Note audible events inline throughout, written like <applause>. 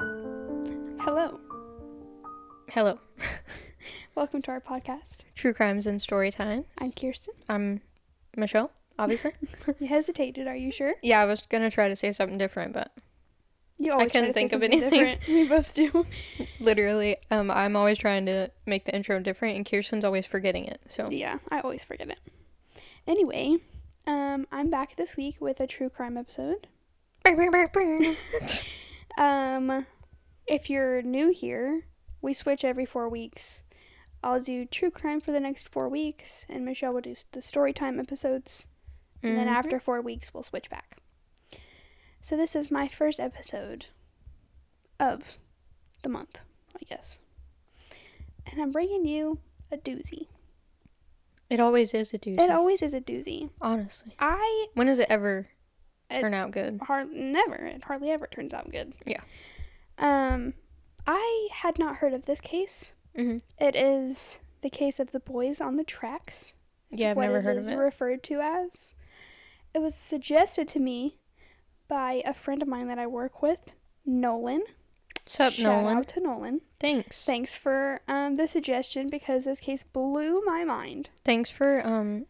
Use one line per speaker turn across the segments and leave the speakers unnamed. Hello.
Hello.
Welcome to our podcast.
True Crimes and Story Times.
I'm <laughs> Kirsten.
I'm Michelle,
<laughs>
obviously.
You hesitated. Are you sure?
yeah, I was going to try to say something different, but
You
couldn't
try to say
think of
something
anything. <laughs>
different. We both do.
literally, um, I'm always trying to make the intro different, and Kirsten's always forgetting it. So,
<laughs> yeah, I always forget it. Anyway, um, I'm back this week with a true
<laughs>
crime episode. Um, if you're new here, we switch every four weeks. I'll do true crime for the next four weeks, and Michelle will do s- the story time episodes. And then
Mhm.
after four weeks, we'll switch back. So this is my first episode of the month, I guess. And I'm bringing you a doozy.
it always is a doozy.
It always is a doozy.
honestly.
I
When does it ever
It-
turn out good?
hard never it hardly ever turns out good
Yeah.
um i had not heard of this case
Mhm.
It is the case of the boys on the tracks is
Yeah, I've
what
never heard
is
of it.
referred to as it was suggested to me by a friend of mine that i work with nolan
What's up,
shout
Nolan?
out to nolan
Thanks.
thanks for um, the suggestion because this case blew my mind
Thanks for um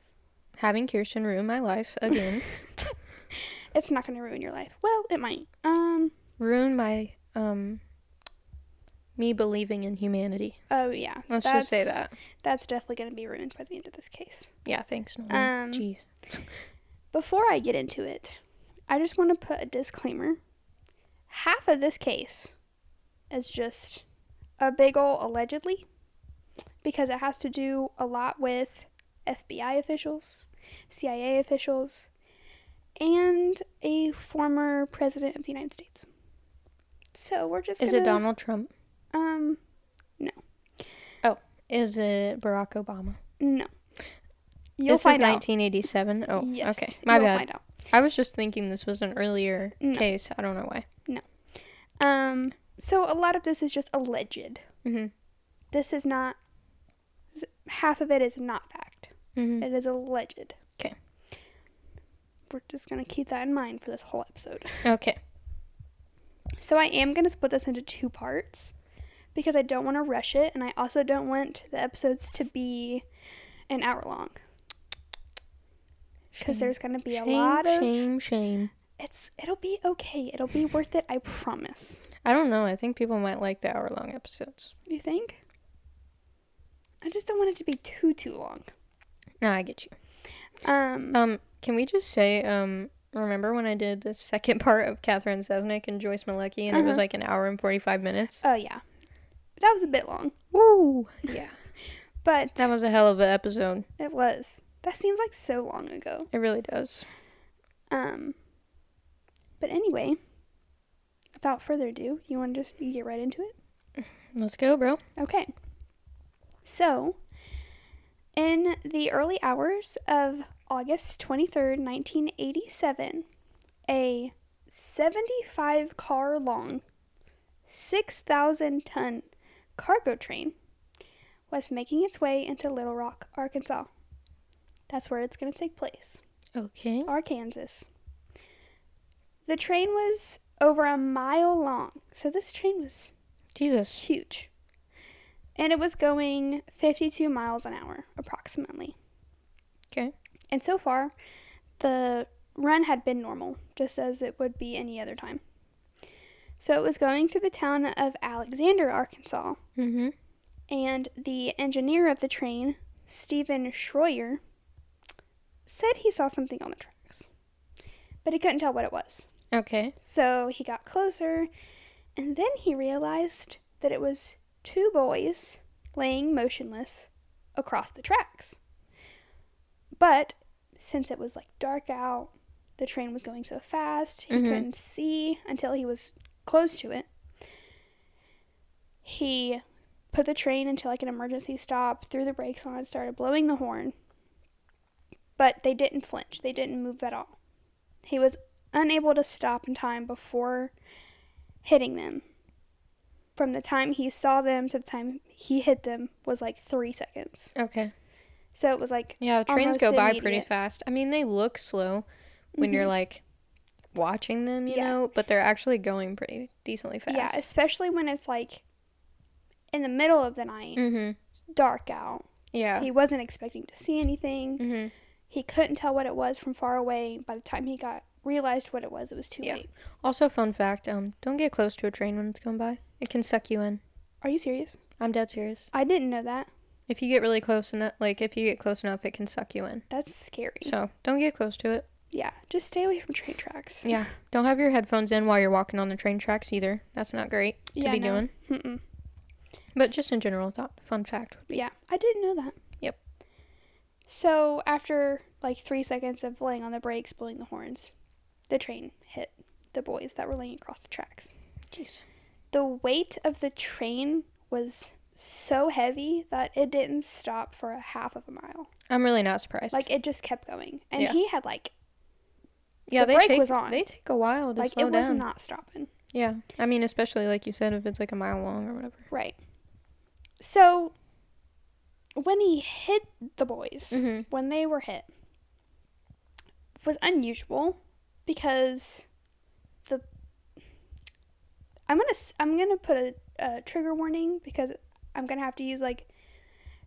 having Kirsten ruin my life
<laughs>
again.
it's not going to ruin your life well it might um
ruin my um me believing in humanity.
oh yeah
Let's just say
that's-
that.
that's definitely going to be ruined by the end of this case
Yeah, thanks, Nolan.
Um,
Jeez.
Before I get into it, I just want to put a disclaimer. Half of this case is just a big ol' allegedly because it has to do a lot with FBI officials, CIA officials, and a former president of the United States. So we're just
Is
gonna,
it Donald Trump?
Um,
Is it Barack Obama?
no. You'll
this
find
is
out.
1987. Oh,
Yes,
okay. My
you'll
bad.
Find out.
I was just thinking this was an earlier
No.
case. I don't know why.
Um, so a lot of this is just alleged.
Mm-hmm.
this is not half of it is not fact
Mm-hmm.
it is alleged
'Kay.
we're just going to keep that in mind for this whole episode
Okay.
so i am going to split this into two parts because i don't want to rush it and i also don't want the episodes to be an hour long because there's going to be
shame,
a lot of
shame, shame.
it's it'll be okay it'll be worth it i promise
I don't know. I think people might like the hour-long episodes.
you think i just don't want it to be too too long
No, I get you.
um
Um, can we just say, um, remember when I did the second <laughs> part of Catherine Sesnick and Joyce Malecki, and it was
Uh-huh.
like an hour and forty-five minutes?
oh yeah that was a bit long
Woo!
but
That was a hell of an episode.
It was. That seems like so long ago.
It really does.
Um. But anyway, without further ado, you want to just you get right into it?
Let's go, bro.
Okay. So, in the early hours of August 23rd, 1987, a 75 car long, 6,000 ton cargo train was making its way into Little Rock, Arkansas. That's where it's going to take place.
Okay.
Arkansas. The train was over a mile long, so this train was
Jesus.
huge. And it was going 52 miles an hour, approximately.
Okay.
And so far, the run had been normal, just as it would be any other time. So it was going through the town of Alexander, Arkansas,
Mm-hmm.
and the engineer of the train, Stephen Schroyer, said he saw something on the tracks, but he couldn't tell what it was.
Okay.
So he got closer, and then he realized that it was two boys laying motionless across the tracks. But since it was like dark out, The train was going so fast, he
Mhm.
couldn't see until he was close to it. He put the train into like an emergency stop, threw the brakes on, started blowing the horn. But they didn't flinch, they didn't move at all. He was unable to stop in time before hitting them. From the time he saw them to the time he hit them was like three seconds.
Okay.
So it was like
Yeah, the trains
Almost
go by pretty
immediate. Mm-hmm.
fast. I mean, they look slow when you're like watching them, you
Yeah.
know, but they're actually going pretty decently fast.
Yeah, especially when it's like in the middle of the night,
Mhm.
dark out.
Yeah.
He wasn't expecting to see anything.
Mhm.
He couldn't tell what it was from far away. By the time he got realized what it was, it was too
Yeah.
late.
Also, fun fact: um, don't get close to a train when it's going by. It can suck you in.
Are you serious?
I'm dead serious.
I didn't know that.
If you get really close enough, like if you get close enough, it can suck you in.
That's scary.
So don't get close to it.
yeah, just stay away from train tracks.
Yeah. Don't have your headphones in while you're walking on the train tracks either. That's not great to
Yeah,
be
no.
doing.
Mm-mm.
But just in general, thought fun fact would be.
Yeah, I didn't know that.
Yep.
So after like three seconds of laying on the brakes, blowing the horns, the train hit the boys that were laying across the tracks.
Jeez.
the weight of the train was so heavy that it didn't stop for a half of a mile.
I'm really not surprised.
Like it just kept going, and
Yeah.
he had like
yeah,
the
they
brake
take
was on.
they take a while to
like
slow
it was
down.
not stopping.
yeah, I mean, especially like you said, if it's like a mile long or whatever.
Right. So when he hit the boys,
Mhm.
when they were hit, was unusual because the I'm gonna s- I'm gonna put a, a trigger warning because I'm gonna have to use like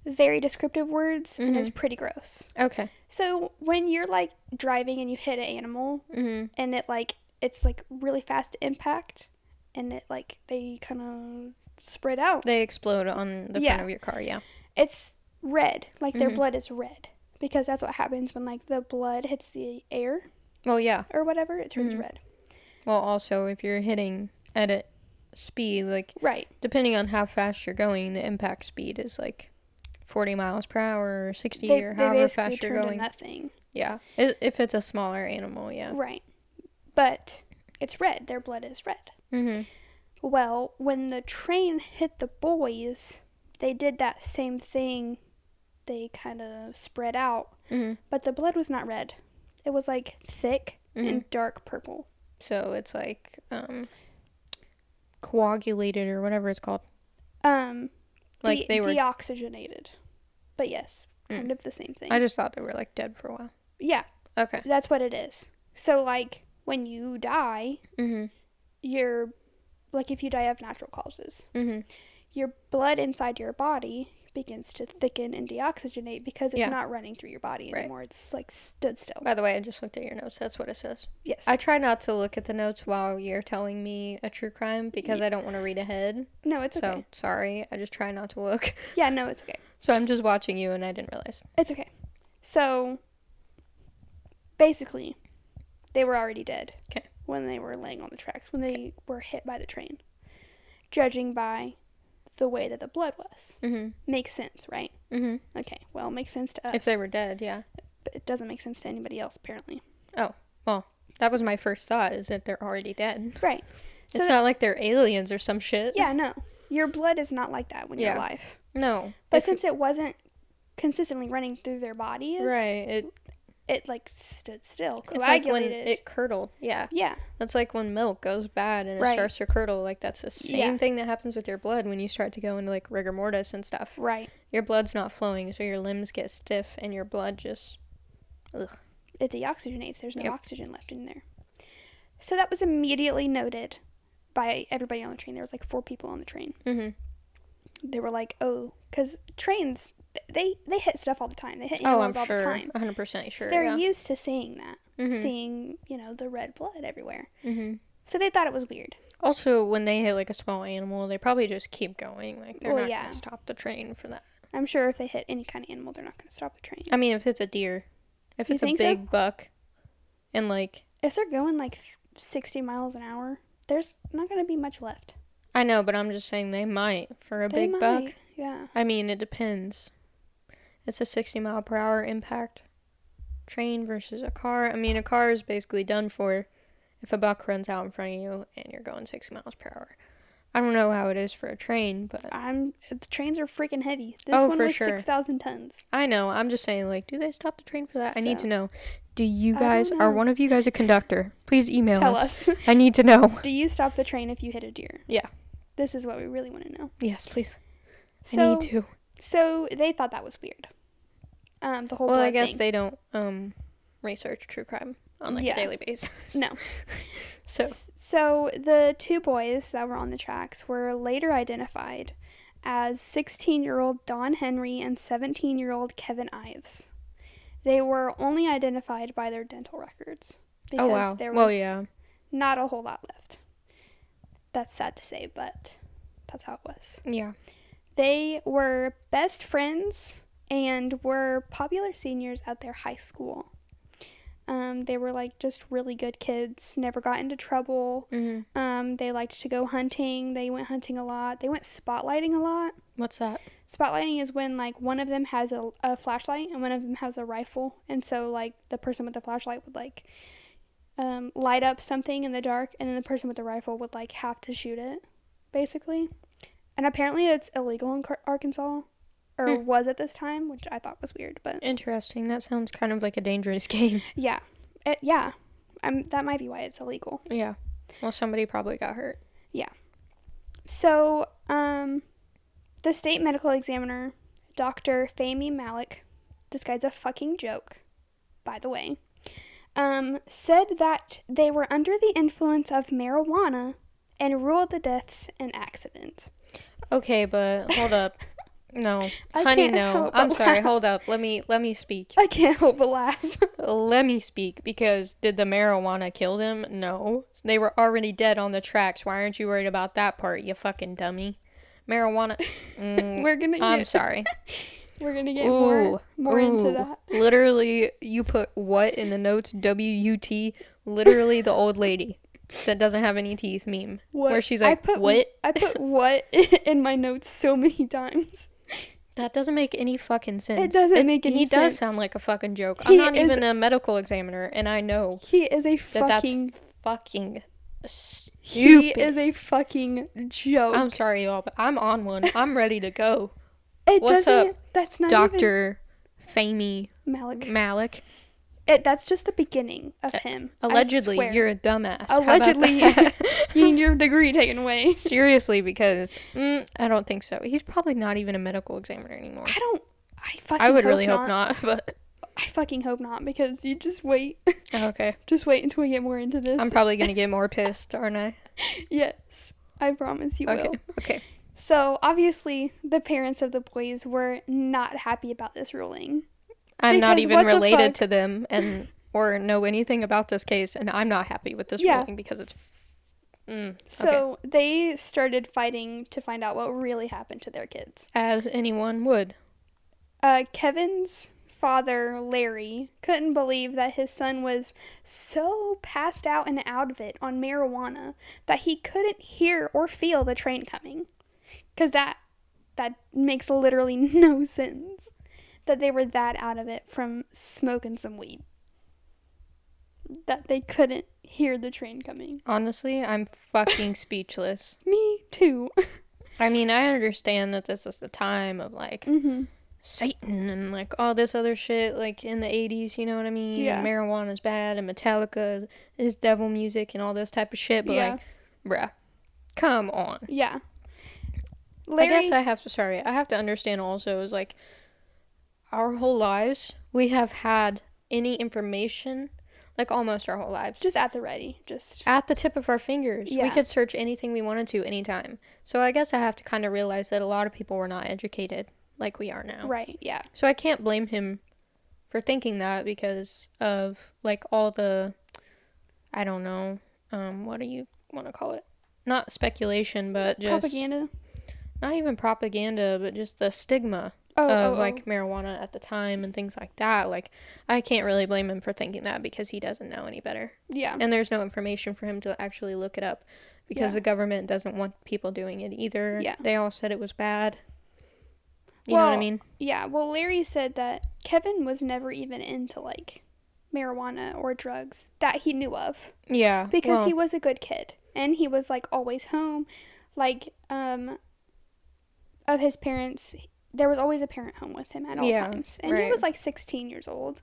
very descriptive words and it's pretty gross.
Okay.
So when you're like driving and you hit an animal,
hmm
and it like it's like really fast impact and it like they kind of spread out
They explode on the
Yeah.
front of your car. Yeah.
it's red like their
Mhm.
blood is red because that's what happens when like the blood hits the air
Well, yeah.
or whatever it turns
Mhm.
red
Well, also, if you're hitting at a speed, like,
right
depending on how fast you're going, the impact speed is like 40 miles per hour or 60
they,
or
they
however
basically
fast you're
turn to
going.
nothing
Yeah. I- If it's a smaller animal, yeah.
right but it's red their blood is red
Mm
well when the train hit the boys they did that same thing they kind of spread out
hmm. Mm hmm.
but the blood was not red. It was like thick
Mhm.
and dark purple.
So it's like, um, coagulated or whatever it's called.
Um,
Like,
de-
they were.
deoxygenated. But yes,
Mm.
kind of the same thing.
I just thought they were, like, dead for a while.
yeah,
Okay.
that's what it is. So like when you die,
Mm
your like if you die of natural causes,
hmm. Mm
your blood inside your body begins to thicken and deoxygenate because it's
Yeah.
not running through your body
Right.
anymore. It's like stood still.
hmm. By the way, I just looked at your notes. That's what it says.
Yes.
I try not to look at the notes while you're telling me a true crime because I don't want to read ahead.
no, it's
so
okay.
sorry, I just try not to look. <laughs>
Yeah, no, it's okay.
So I'm just watching you, and I didn't realize.
It's okay. So basically, they were already dead.
'Kay.
When they were laying on the tracks, when they were hit by the train, judging by the way that the blood was,
Mm-hmm.
makes sense, right?
Mm-hmm.
Okay. Well, makes sense to us.
If they were dead, yeah.
but it doesn't make sense to anybody else, apparently.
That was my first thought: is that they're already dead.
Right. So
it's
that-
not like they're aliens or some shit.
Yeah. No, your blood is not like that when you're
Yeah.
alive.
No.
But
If-
since it wasn't consistently running through their bodies,
right, it,
It like stood still,
it's like
coagulated.
when it curdled. Yeah,
yeah.
that's like when milk goes bad and it
Right.
starts to curdle. Like that's the same
Yeah.
thing that happens with your blood when you start to go into like rigor mortis and stuff.
Right.
Your blood's not flowing, so your limbs get stiff and your blood just. Ugh.
it deoxygenates. There's no
Yep.
oxygen left in there. So that was immediately noted by everybody on the train. There was like four people on the train.
Mhm.
They were like, "Oh, because trains th- they they hit stuff all the time. They hit
Oh,
animals
I'm
all the
sure.
time.
100 percent sure.
so they're
yeah.
used to seeing that,
Mhm.
seeing you know the red blood everywhere.
Mhm.
So they thought it was weird.
Also, when they hit like a small animal, they probably just keep going. Like they're
Well,
not
yeah.
gonna stop the train for that.
I'm sure if they hit any kind of animal, they're not going to stop the train.
I mean, if it's a deer, if
You
it's a
think so?
big buck, and like
If they're going like 60 miles an hour, there's not going to be much left.
I know, but I'm just saying they might for a
They
big
might.
buck.
Yeah.
I mean, it depends. It's a 60 mile per hour impact. train versus a car. I mean, a car is basically done for if a buck runs out in front of you and you're going 60 miles per hour. I don't know how it is for a train, but
I'm the trains are freaking heavy. This
Uh, Oh,
one
for
was
sure.
six thousand tons.
I know. I'm just saying, like, do they stop the train for that? I need
So-
to know. Do you
I
guys
don't
are
know.
one of you guys a conductor? Please email
Tell
us.
us. <laughs>
I need to know.
Do you stop the train if you hit a deer?
Yeah.
This is what we really want to know.
Yes, please. I
So,
need to.
so they thought that was weird. Um, the whole
Well, I
blood
guess
thing.
they don't um research true crime on like
Yeah.
a daily basis. <laughs>
No.
So
S- so the two boys that were on the tracks were later identified as 16-year-old Don Henry and 17-year-old Kevin Ives. They were only identified by their dental records because
oh wow.
there was
well, yeah.
not a whole lot left. That's sad to say, but that's how it was.
Yeah.
They were best friends and were popular seniors at their high school. Um, they were like just really good kids, never got into trouble.
hmm
Um, they liked to go hunting. They went hunting a lot. They went spotlighting a lot.
What's that?
Spotlighting is when like one of them has a, a flashlight and one of them has a rifle. And so like the person with the flashlight would like um, light up something in the dark and then the person with the rifle would like have to shoot it basically. And apparently it's illegal in Car- Arkansas or
Hmm.
was at this time, which I thought was weird, but
Interesting. That sounds kind of like a dangerous <laughs> game.
yeah. It, yeah. Um, that might be why it's illegal.
Yeah. Well, somebody probably got hurt.
So, um, the state medical examiner, Dr. Fahmy Malik, this guy's a fucking joke, by the way, um, said that they were under the influence of marijuana and ruled the deaths an accident. <laughs>
Okay, but hold up. <laughs> No,
I
honey,
can't
no.
help but
I'm sorry.
laugh.
Hold up. Let me let me speak.
I can't help but laugh.
Let me speak because did the marijuana kill them? No. They were already dead on the tracks. Why aren't you worried about that part, you fucking dummy? <laughs> Marijuana. Mm,
we're gonna
I'm
get,
sorry.
we're gonna get more more into
ooh.
that.
Literally, you put what in the notes? W U T. Literally, the old lady that doesn't have any teeth meme.
What?
Where she's
I
like,
put-
what?
I put what <laughs> in my notes so many times.
That doesn't make any fucking sense.
doesn't make any
He does
sense.
sound like a fucking joke.
He
I'm not
is-
even a medical examiner, and I know
He is a
that
fucking.
that's fucking stupid. Um,
He is a fucking joke.
I'm sorry, y'all, but I'm on one. I'm ready to go.
It
What's
doesn't.
up,
that's <laughs> not even
Doctor Famy
Malik.
Malik.
It, that's just the beginning of him. I
Allegedly,
swear. <laughs>
you're a dumbass. How about
allegedly
that?
you need your degree taken away.
Seriously, because mm, I don't think so. He's probably not even a medical examiner anymore.
I don't. I fucking.
I would
hope
really
not.
hope not, <laughs> but oh,
I fucking hope not because you just wait, <laughs>
okay.
just wait until we get more into this.
I'm probably
<laughs>
gonna get more pissed, aren't I?
yes, I promise you
Okay,
will.
okay.
So obviously, the parents of the boys were not happy about this ruling.
I'm not
Because
even
what the
related
fuck?
to them and or know anything about this case, and I'm not happy with this
Yeah.
ruling because it's. Mm, okay.
So they started fighting to find out what really happened to their kids.
As anyone would.
uh, Kevin's father, Larry, couldn't believe that his son was so passed out and out of it on marijuana that he couldn't hear or feel the train coming. Because that, that makes literally <laughs> no sense that they were that out of it from smoking some weed. That they couldn't hear the train coming.
Honestly, I'm fucking speechless.
Me too. <laughs>
I mean, I understand that this is the time of like
hmm
Satan and like all this other shit, like in the 80s, you know what I mean?
Yeah.
And marijuana's bad and Metallica is devil music and all this type of shit, but
Yeah.
like, bruh, come on.
Yeah. Larry,
I guess I have to, sorry, I have to understand also is like our whole lives, we have had any information, like almost our whole lives,
just at the ready. Just
at the tip of our fingers. We
Yeah.
could search anything we wanted to anytime. So I guess I have to kind of realize that a lot of people were not educated like we are now.
right. Yeah.
So I can't blame him for thinking that because of like all the I don't know, um what do you want to call it? Not speculation, but just
Propaganda.
not even propaganda, but just the stigma
Oh,
of
oh, oh.
like marijuana at the time and things like that. Like I can't really blame him for thinking that because he doesn't know any better.
Yeah.
And there's no information for him to actually look it up because
Yeah.
the government doesn't want people doing it either.
Yeah.
They all said it was bad. You know what I
Well,
mean?
Yeah, well, Larry said that Kevin was never even into like marijuana or drugs that he knew of
Yeah.
because
well,
he was a good kid and he was like always home like um of his parents there was always a parent home with him at all
Yeah,
times and he
right.
was like 16 years old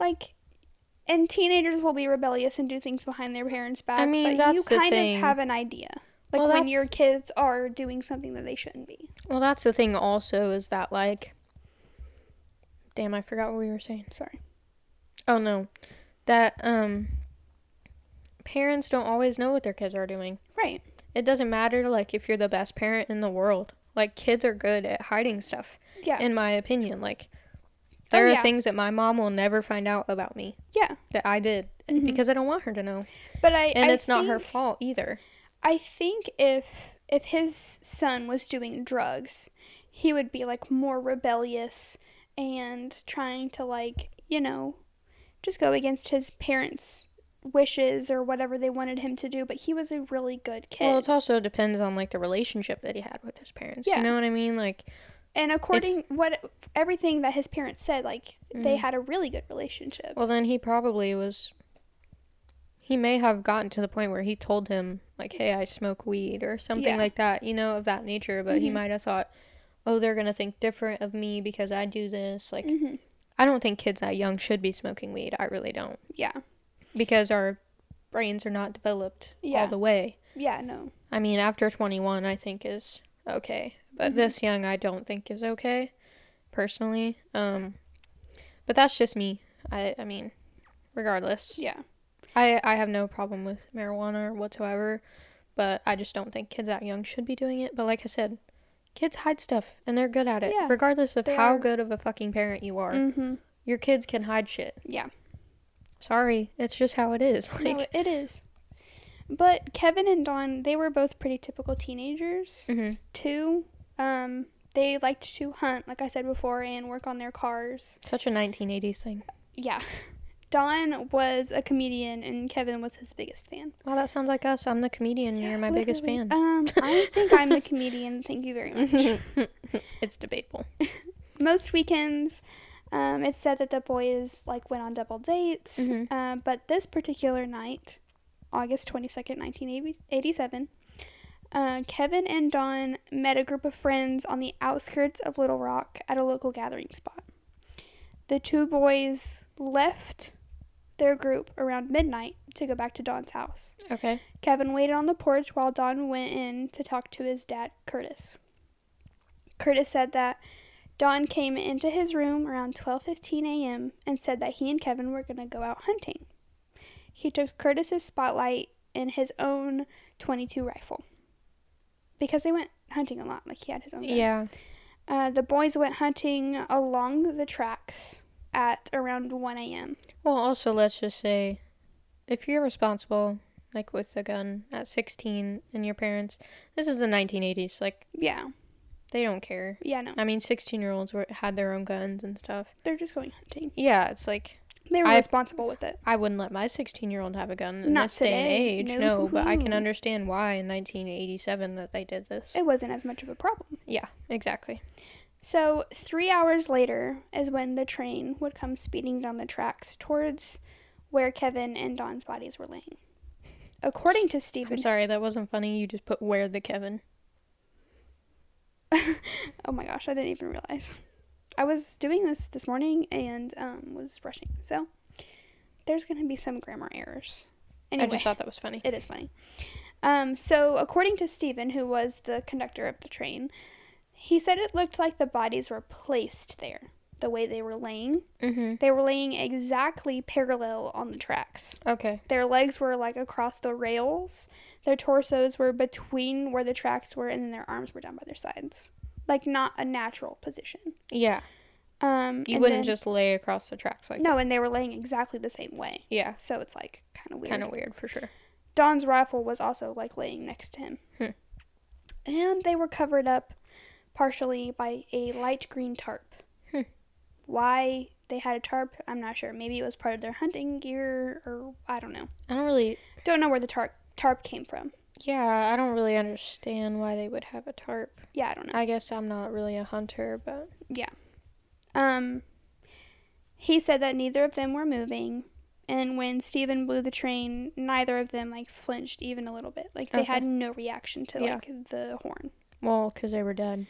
like and teenagers will be rebellious and do things behind their parents back
mean,
but you
that's the
kind
thing.
of have an idea like
Well,
when your
that's-
kids are doing something that they shouldn't be
Well, that's the thing also is that like Damn, I forgot what we were saying.
sorry
Oh no. That um parents don't always know what their kids are doing.
right
It doesn't matter like if you're the best parent in the world. Like kids are good at hiding stuff
yeah
in my opinion. Like
Oh,
there are
yeah.
things that my mom will never find out about me
yeah
that I did eh,
Mhm.
because I don't want her to know.
but i
And
I
it's not her
think-
fault either.
I think if if his son was doing drugs, he would be like more rebellious and trying to like, you know, just go against his parents' wishes or whatever they wanted him to do, but he was a really good kid.
Well, it also depends on like the relationship that he had with his parents.
Yeah.
You know what I mean? Like
and according what everything that his parents said, like they
Mhm.
had a really good relationship.
Well, then he probably was. He may have gotten to the point where he told him, like, hey, I smoke weed or something
Yeah.
like that, you know, of that nature. But he
Mhm.
might have thought, oh, they're going to think different of me because I do this. Like,
hmm
I don't think kids that young should be smoking weed. I really don't.
Yeah.
Because our brains are not developed
Yeah.
all the way.
Yeah, no.
I mean, after 21, I think is okay. But
Mm-hmm.
this young, I don't think is okay, personally. Um, but that's just me. I, I mean, regardless.
Yeah.
I I have no problem with marijuana whatsoever, but I just don't think kids that young should be doing it. But like I said, kids hide stuff and they're good at it,
Yeah,
regardless of
they
how
are.
good of a fucking parent you are.
Mhm.
Your kids can hide shit.
Yeah.
Sorry, it's just how it is. <laughs> Like,
no, it is. But Kevin and Dawn, they were both pretty typical teenagers
Mhm.
too. Um, they liked to hunt, like I said before, and work on their cars.
such a 1980s thing.
Yeah. <laughs> Dawn was a comedian, and Kevin was his biggest fan.
Wow, that sounds like us. I'm the comedian. and you're my biggest
Literally.
fan.
<laughs> Um, I
<laughs>
think I'm the comedian. Thank you very much.
it's debatable.
Most weekends, um, it's said that the boys like went on double dates.
Mhm.
Uh, but this particular night, August 22nd, 1987, uh, Kevin and Dawn met a group of friends on the outskirts of Little Rock at a local gathering spot. The two boys left their group around midnight to go back to Dawn's house.
Okay.
Kevin waited on the porch while Don went in to talk to his dad, Curtis. Curtis said that Don came into his room around 12:15 a.m. and said that he and Kevin were going to go out hunting. He took Curtis's spotlight and his own 22 rifle because they went hunting a lot. Like he had his own. gun.
Yeah.
Uh, the boys went hunting along the tracks at around 1 a.m.
Well, also, let's just say if you're responsible, like with a gun at 16 and your parents, this is the 1980s, like
Yeah.
they don't care.
Yeah. No,
I mean, 16 year olds were, had their own guns and stuff.
they're just going hunting.
Yeah, it's like
They were
I-
responsible with it.
I wouldn't let my 16 year old have a gun in
Not
this day and
today,
age. No.
no.
but I
<laughs>
can understand why in 1987 that they did this.
It wasn't as much of a problem.
yeah, exactly.
So, three hours later is when the train would come speeding down the tracks towards where Kevin and Don's bodies were laying. According to
I'm
Stephen,
sorry, that wasn't funny. You just put where the Kevin.
oh my gosh, I didn't even realize. I was doing this this morning and um, was rushing. So, there's going to be some grammar errors. Anyway,
I just thought that was funny.
it is funny. Um, so, according to Stephen, who was the conductor of the train, he said it looked like the bodies were placed there, the way they were laying.
Mm
They were laying exactly parallel on the tracks.
hmm. Okay.
Their legs were like across the rails, their torsos were between where the tracks were, and then their arms were down by their sides. Like not a natural position.
Yeah.
Um,
You
and
wouldn't
then-
just lay across the tracks like that.
no, and they were laying exactly the same way.
Yeah.
So it's like kind of weird.
Kind of weird for sure.
Don's rifle was also like laying next to him.
Hmm.
And they were covered up partially by a light green tarp.
Hmm.
Why they had a tarp, I'm not sure. Maybe it was part of their hunting gear or I don't know.
I don't really
Don't know where the tarp tarp came from.
Yeah, I don't really understand why they would have a tarp.
Yeah, I don't know.
I guess I'm not really a hunter, but
Um he said that neither of them were moving and when Steven blew the train, neither of them like flinched even a little bit. Like they
Okay.
had no reaction to
Yeah.
like the horn.
Well, because they were dead.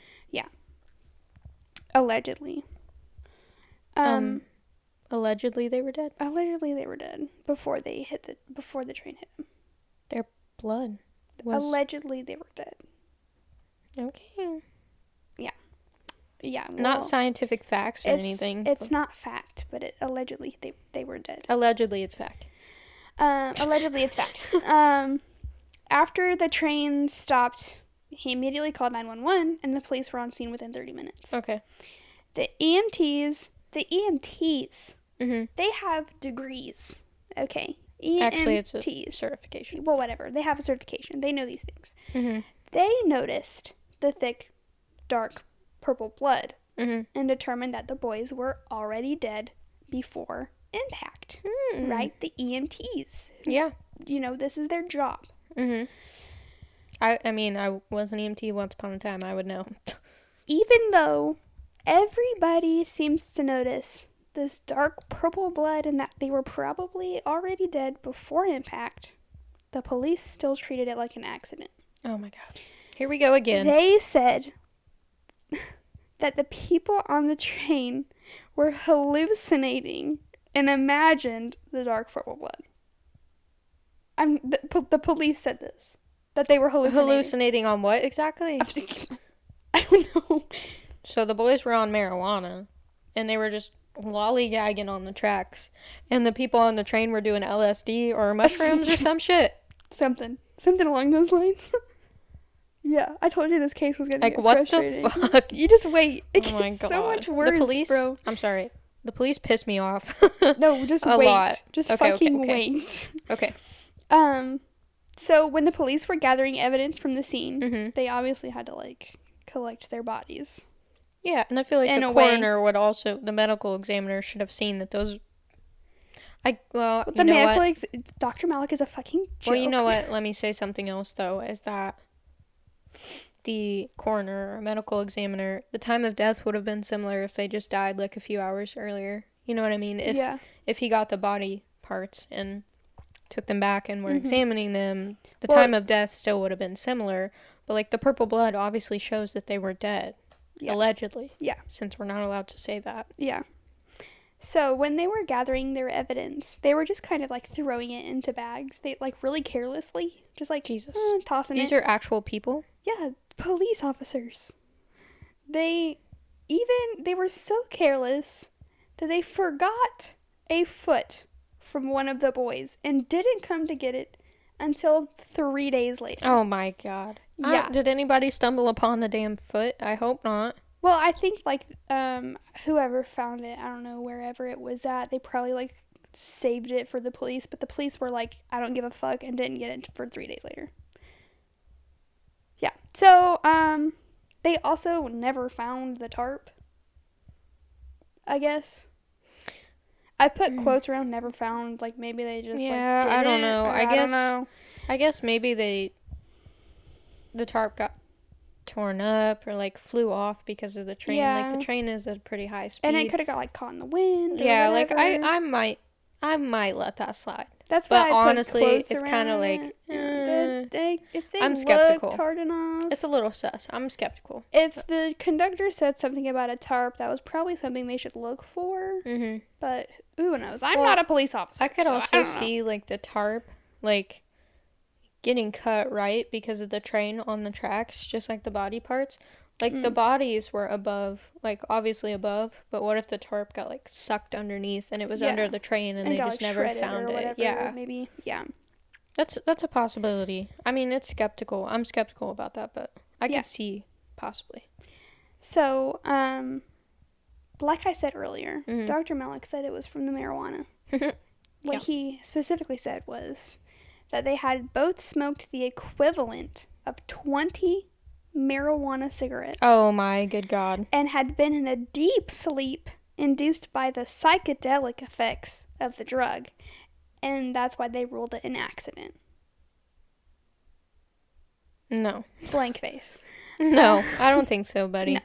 Allegedly. um
Um, Allegedly, they were dead.
allegedly they were dead before they hit the before the train hit them.
Blood. Was...
Allegedly they were dead.
okay.
Yeah. well,
Not scientific facts or
it's,
anything.
It's not fact, but it allegedly they they were dead.
Allegedly, it's fact.
Um, allegedly,
<laughs>
it's fact. Um, after the train stopped, he immediately called 911, and the police were on scene within 30 minutes.
Okay.
The EMTs, the EMTs,
Mm-hmm.
they have degrees. Okay. EMTs.
Actually, it's a Certification.
well, whatever. They have a certification. They know these things.
Mm-hmm.
They noticed the thick, dark, purple blood
Mm-hmm.
and determined that the boys were already dead before impact. Right? The EMTs. who's-
Mm. Yeah.
You know, this is their job.
Mm-hmm. I, I mean, I was an EMT once upon a time. I would know. <laughs>
even though everybody seems to notice this dark purple blood and that they were probably already dead before impact, the police still treated it like an accident.
oh my god. Here we go again.
They said <laughs> that the people on the train were hallucinating and imagined the dark purple blood. I'm, the, po- the police said this that they were hallucinating.
Hallucinating on what exactly?
<laughs> I don't know.
So the boys were on marijuana, and they were just lollygagging on the tracks, and the people on the train were doing LSD
<laughs>
or mushrooms or some shit.
something something along those lines <laughs> yeah i told you this case was gonna
Like
get
what
frustrating
the fuck?
you just wait it
Oh my
gets
god.
so much worse
the police,
bro
I'm sorry. The police piss me off. <laughs>
no just
A
wait
lot.
just
Okay, okay,
fucking
okay.
wait <laughs>
okay.
um so when the police were gathering evidence from the scene
hmm
they obviously had to like collect their bodies
Yeah, and I feel like
In
the
a way.
coroner would also, the medical examiner should have seen that those. I well,
the
you know what?
medical ex- it's- dr malik is a fucking joke.
Well, you know <laughs> what? Let me say something else though. Is that the coroner or medical examiner, the time of death would have been similar if they just died like a few hours earlier. You know what I mean? If
yeah
if he got the body parts and took them back and were
Mhm.
examining them, the
Well-
time of death still would have been similar. But like the purple blood obviously shows that they were dead,
Yeah.
allegedly.
Yeah.
Since we're not allowed to say that.
Yeah. So when they were gathering their evidence, they were just kind of like throwing it into bags. They like really carelessly, just like
Jesus.
eh, tossing
These
it.
are actual people.
yeah, police officers. They even they were so careless that they forgot a foot from one of the boys and didn't come to get it until three days later.
Oh my god. I-
Yeah.
did anybody stumble upon the damn foot? I hope not.
Well, I think like um whoever found it, I don't know wherever it was at, they probably like saved it for the police, but the police were like, I don't give a fuck and didn't get it for 3 days later. Yeah. So, um they also never found the tarp. I guess. I put
Mm.
quotes around never found like maybe they just
Yeah,
like
I don't
didn't,
know.
or
I
don't
guess-
know.
I guess maybe they the tarp got torn up or like flew off because of the train. Like
Yeah.
the train is at pretty high speed.
and it could have got like caught in the wind. Or
yeah, like I,
whatever.
I might I might let that slide.
That's
But
why I put
honestly,
quotes
it's kinda
around
like,
it. Yeah,
eh,
did they, if they
I'm
looked
skeptical.
hard enough.
It's a little sus. I'm skeptical.
If the conductor said something about a tarp, that was probably something they should look for.
Mm-hmm.
But who knows? I'm
Well,
not a police officer.
I could
so
also
don't know.
see like the tarp like getting cut right because of the train on the tracks, just like the body parts. Like the
Mm.
bodies were above, like obviously above, but what if the tarp got like sucked underneath and it was
Yeah.
under the train and, they
got,
just
like,
never
shredded
found
or
it?
whatever,
Yeah.
Maybe. Yeah.
That's that's a possibility. I mean, it's skeptical. I'm skeptical about that, but I
Yeah.
could see possibly.
So, um, like I said earlier,
Mhm.
Dr. Malik said it was from the
<laughs>
marijuana. What
Yeah.
he specifically said was that they had both smoked the equivalent of 20 marijuana cigarettes.
Oh my good god.
and had been in a deep sleep induced by the psychedelic effects of the drug, and that's why they ruled it an accident.
No.
Blank face. <laughs>
No, I don't think so, buddy.
No.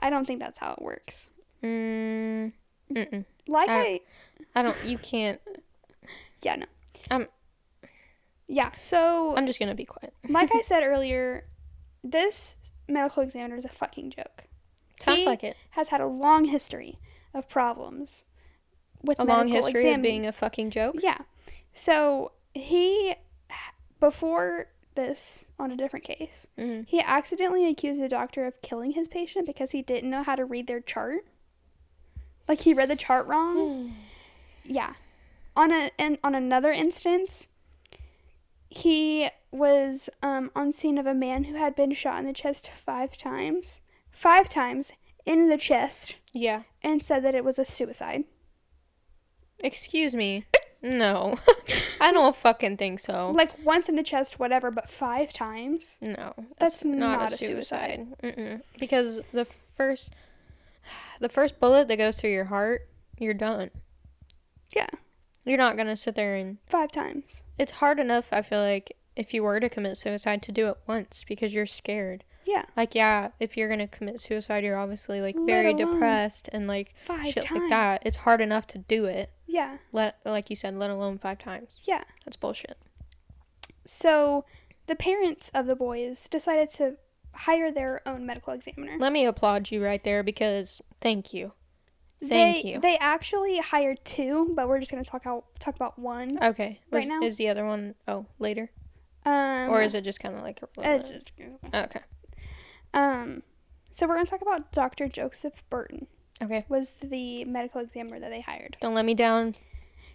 I don't think that's how it works.
Mm, mm-mm.
Like
I
I,
don't- I don't. You can't.
Yeah, no.
Um,
Yeah, so
I'm just gonna be quiet.
like I said earlier, this medical examiner is a fucking joke.
Sounds
He
like it.
Has had a long history of problems with
A long
medical
history of
examining.
being a fucking joke.
Yeah. So he, before this, on a different case,
Mhm.
he accidentally accused the doctor of killing his patient because he didn't know how to read their chart. Like he read the chart
Mm.
wrong. yeah. On a and on another instance, he was um, on scene of a man who had been shot in the chest five times, five times in the chest,
Yeah.
and said that it was a suicide.
Excuse me.
<laughs>
No, I don't fucking think so.
Like once in the chest, whatever, but five times.
No,
That's not a suicide.
Mm-mm. Because the first, the first bullet that goes through your heart, you're done.
Yeah,
You're not gonna sit there and.
five times.
It's hard enough. I feel like if you were to commit suicide, to do it once because you're scared.
Yeah,
Like yeah, if you're gonna commit suicide, you're obviously like
Let
very
alone
depressed and like
five
shit
times.
like that. It's hard enough to do it.
Yeah,
Let like you said, let alone five times.
yeah.
That's bullshit.
So the parents of the boys decided to hire their own medical examiner.
Let me applaud you right there because thank you. Thank
they,
you.
They actually hired two, but we're just gonna talk out talk about one.
Okay.
Right
was-
now?
is the other one oh later,
Um,
or is it just kind of like
it's
irrelevant?
just-
okay?
um, so we're gonna talk about Dr. Joseph Burton
Okay.
was the medical examiner that they hired.
Don't let me down.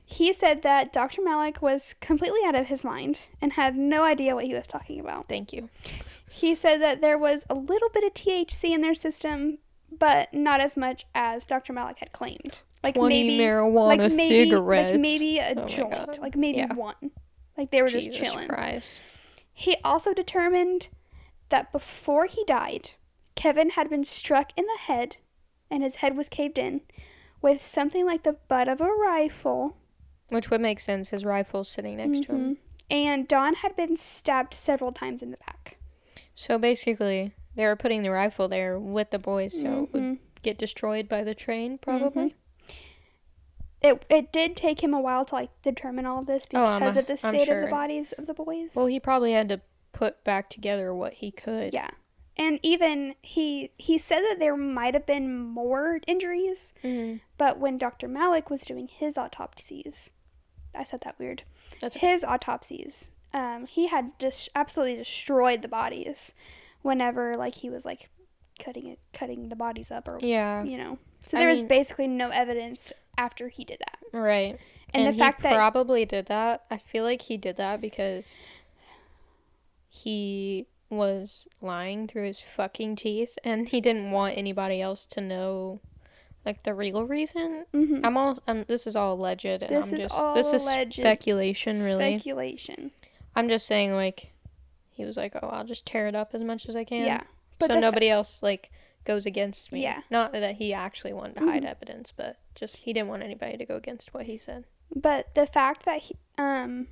He said that Dr. Malik was completely out of his mind and had no idea what he was talking about.
Thank you.
He said that there was a little bit of THC in their system, but not as much as Dr. Malik had claimed. Like
Twenty
maybe
marijuana
like maybe,
cigarettes.
like maybe a
Oh my God.
joint, like maybe
Yeah.
one. Like they were
Jesus
just chilling.
Christ.
He also determined that before he died, Kevin had been struck in the head and his head was caved in with something like the butt of a rifle.
Which would make sense. His rifle's sitting next to him.
Mhm. And Don had been stabbed several times in the back.
So basically, they were putting the rifle there with the boys, so it
Mm-hmm.
would get destroyed by the train, probably.
It, it did take him a while to like determine all of this
Oh, I'm-
because of the
I'm
state of
sure.
the bodies of the boys.
Well, he probably had to put back together what he could.
Yeah. And even he he said that there might have been more injuries,
Mhm.
but when Dr. Malik was doing his autopsies, I said that weird.
That's okay.
His autopsies, um, he had just absolutely destroyed the bodies whenever like he was like cutting it cutting the bodies up or
Yeah.
you know. So
I
there was
mean-
basically no evidence after he did that.
Right.
And the
he
fact that-
probably did that, I feel like he did that because he was lying through his fucking teeth and he didn't want anybody else to know like the real reason.
Mhm.
I'm all um this is all alleged and
This
I'm
is
just
all
this is
alleged.
speculation really.
Speculation.
I'm just saying like he was like, "Oh, I'll just tear it up as much as I can."
Yeah.
But
But
so
the fa-
nobody else like goes against me.
Yeah. Mm-hmm.
Not that he actually wanted to hide evidence, but just he didn't want anybody to go against what he said.
But the fact that he, um,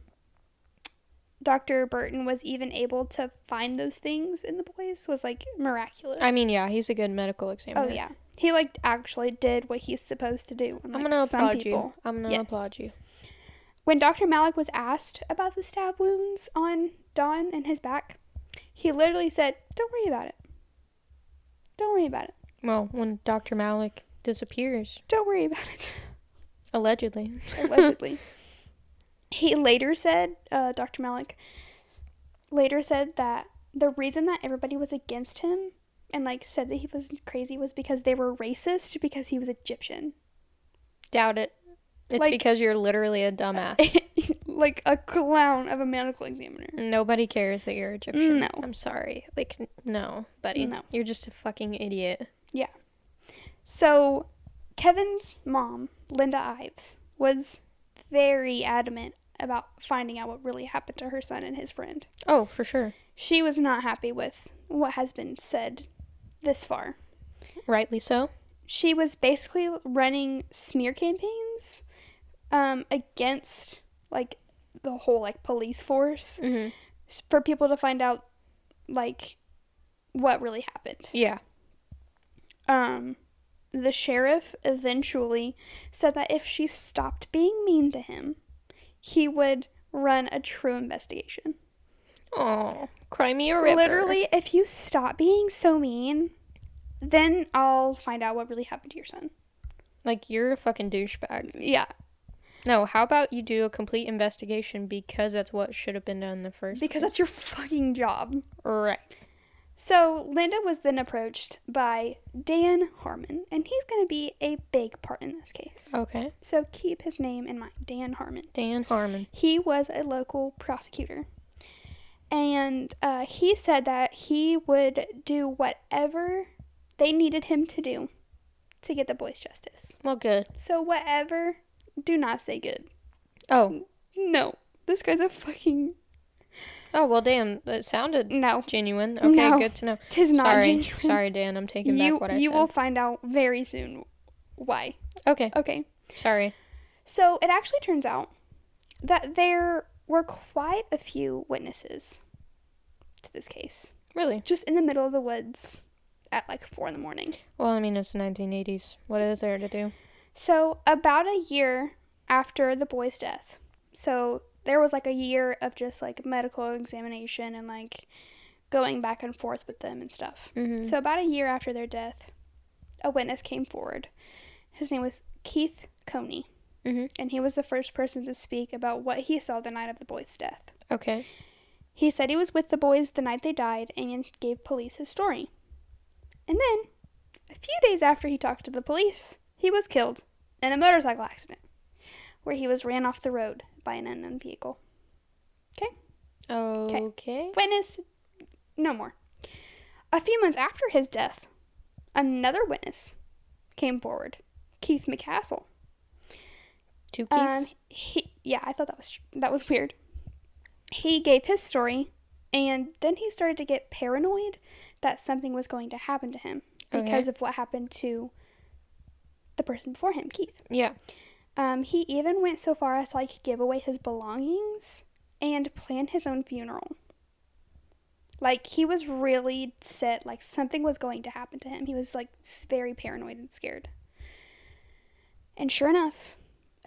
Dr. Burton was even able to find those things in the boys was like miraculous.
I mean, yeah, he's a good medical examiner.
oh yeah, he like actually did what he's supposed to do.
I'm
unlike
gonna
some
applaud
people.
you. I'm gonna
Yes.
applaud you.
When Dr. Malik was asked about the stab wounds on Don and his back, he literally said, "Don't worry about it. Don't worry about it.
Well, when Dr. Malik disappears,
Don't worry about it."
allegedly. <laughs>
allegedly. he later said, uh, Dr. Malik later said that the reason that everybody was against him and like said that he was crazy was because they were racist because he was Egyptian. <laughs>
Doubt it. It's
Like- uh,
because you're literally a dumbass.
like a clown of a medical examiner.
<laughs> Nobody cares that you're Egyptian.
No.
I'm sorry. Like, n- no, buddy.
No.
You're just a fucking idiot.
So Kevin's mom, Linda Ives, was very adamant about finding out what really happened to her son and his friend.
Oh, for sure.
She was not happy with what has been said this far.
Rightly so.
she was basically running smear campaigns um, against like the whole like police force
Mm-hmm.
s- for people to find out like what really happened.
Yeah.
Um, the sheriff eventually said that if she stopped being mean to him, he would run a true investigation.
Oh, cry me a river.
Literally, if you stop being so mean, then I'll find out what really happened to your son.
Like you're a fucking douchebag.
Yeah,
No, how about you do a complete investigation because that's what should have been done in the first.
because that's your fucking job.
right.
So Linda was then approached by Dan Harmon, and he's going to be a big part in this case.
Okay.
So keep his name in mind, Dan Harmon.
Dan Harmon.
He was a local prosecutor. And uh, he said that he would do whatever they needed him to do to get the boys justice.
Well, good.
So, whatever, do not say good.
Oh.
No, this guy's a fucking.
Oh well, damn. That sounded
No,
genuine. Okay,
No.
good to know.
tis not
sorry,
genuine.
sorry, Dan. I'm taking
you,
back what I
you
said.
will find out very soon why.
Okay,
Okay.
sorry.
So it actually turns out that there were quite a few witnesses to this case,
Really?
just in the middle of the woods at like four in the morning.
Well, I mean, it's the 1980s. What is there to do?
So, about a year after the boy's death, so there was like a year of just like medical examination and like going back and forth with them and stuff.
Mm-hmm.
So, about a year after their death, a witness came forward. His name was Keith Coney,
Mhm.
and he was the first person to speak about what he saw the night of the boy's death.
Okay.
He said he was with the boys the night they died and gave police his story. And then, a few days after he talked to the police, he was killed in a motorcycle accident where he was ran off the road by an unknown vehicle.
Okay.
Witness, no more. A few months after his death, another witness came forward Keith McCastle.
Two keys.
Um, he, yeah, I thought that was that was weird. He gave his story, and then he started to get paranoid that something was going to happen to him because of what happened to the person before him, Keith.
yeah.
Um, he even went so far as to, like give away his belongings and plan his own funeral. Like he was really set, like something was going to happen to him. He was like s- very paranoid and scared. And sure enough,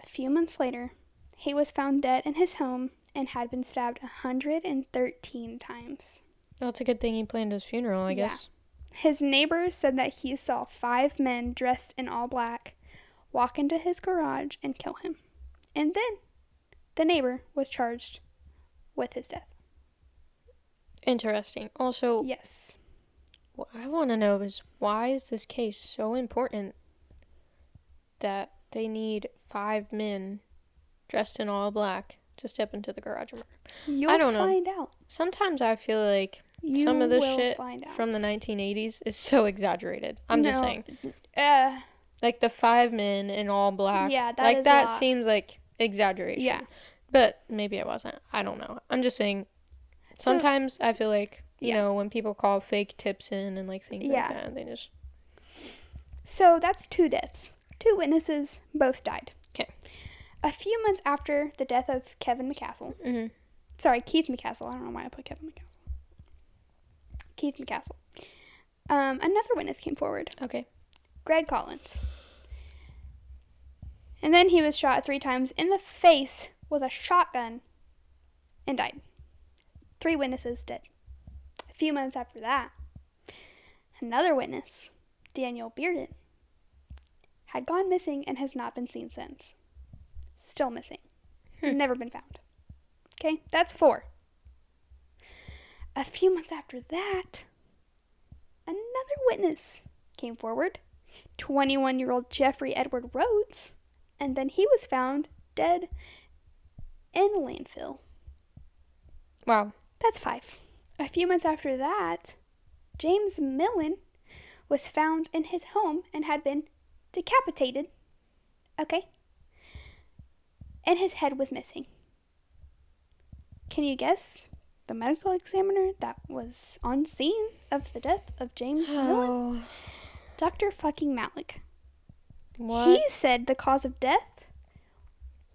a few months later, he was found dead in his home and had been stabbed 113 times.
Well, it's a good thing he planned his funeral, I
Yeah.
guess.
His neighbors said that he saw five men dressed in all black walk into his garage and kill him. And then the neighbor was charged with his death.
Interesting. Also,
Yes.
what I want to know is why is this case so important that they need five men dressed in all black to step into the garage? and murder?
You'll
don't know.
find out.
Sometimes I feel like
You
some of this
will
shit
find out.
from the 1980s is so exaggerated. I'm just
No.
saying.
uh,
Like the five men in all black.
Yeah, that
like
is a
that
lot.
seems like exaggeration.
Yeah.
But maybe it wasn't. I don't know. I'm just saying
So-
sometimes I feel like, you
Yeah.
know, when people call fake tips in and like things
Yeah.
like that, they just
So that's two deaths. Two witnesses both died.
'Kay.
A few months after the death of Kevin McCastle,
mhm.
sorry, Keith McCastle. I don't know why I put Kevin McCastle. Keith McCastle. Um, another witness came forward.
Okay.
Greg Collins. And then he was shot three times in the face with a shotgun and died. Three witnesses dead. A few months after that, another witness, Daniel Bearden, had gone missing and has not been seen since. Still missing.
Hmm.
Never been found. Okay, that's four. A few months after that, another witness came forward. 21 year old Jeffrey Edward Rhodes, and then he was found dead in the landfill.
Wow.
That's five. A few months after that, James Millen was found in his home and had been decapitated. Okay? And his head was missing. Can you guess the medical examiner that was on scene of the death
<sighs>
of James Millen?
Oh,
Dr. fucking Malik.
what?
He said the cause of death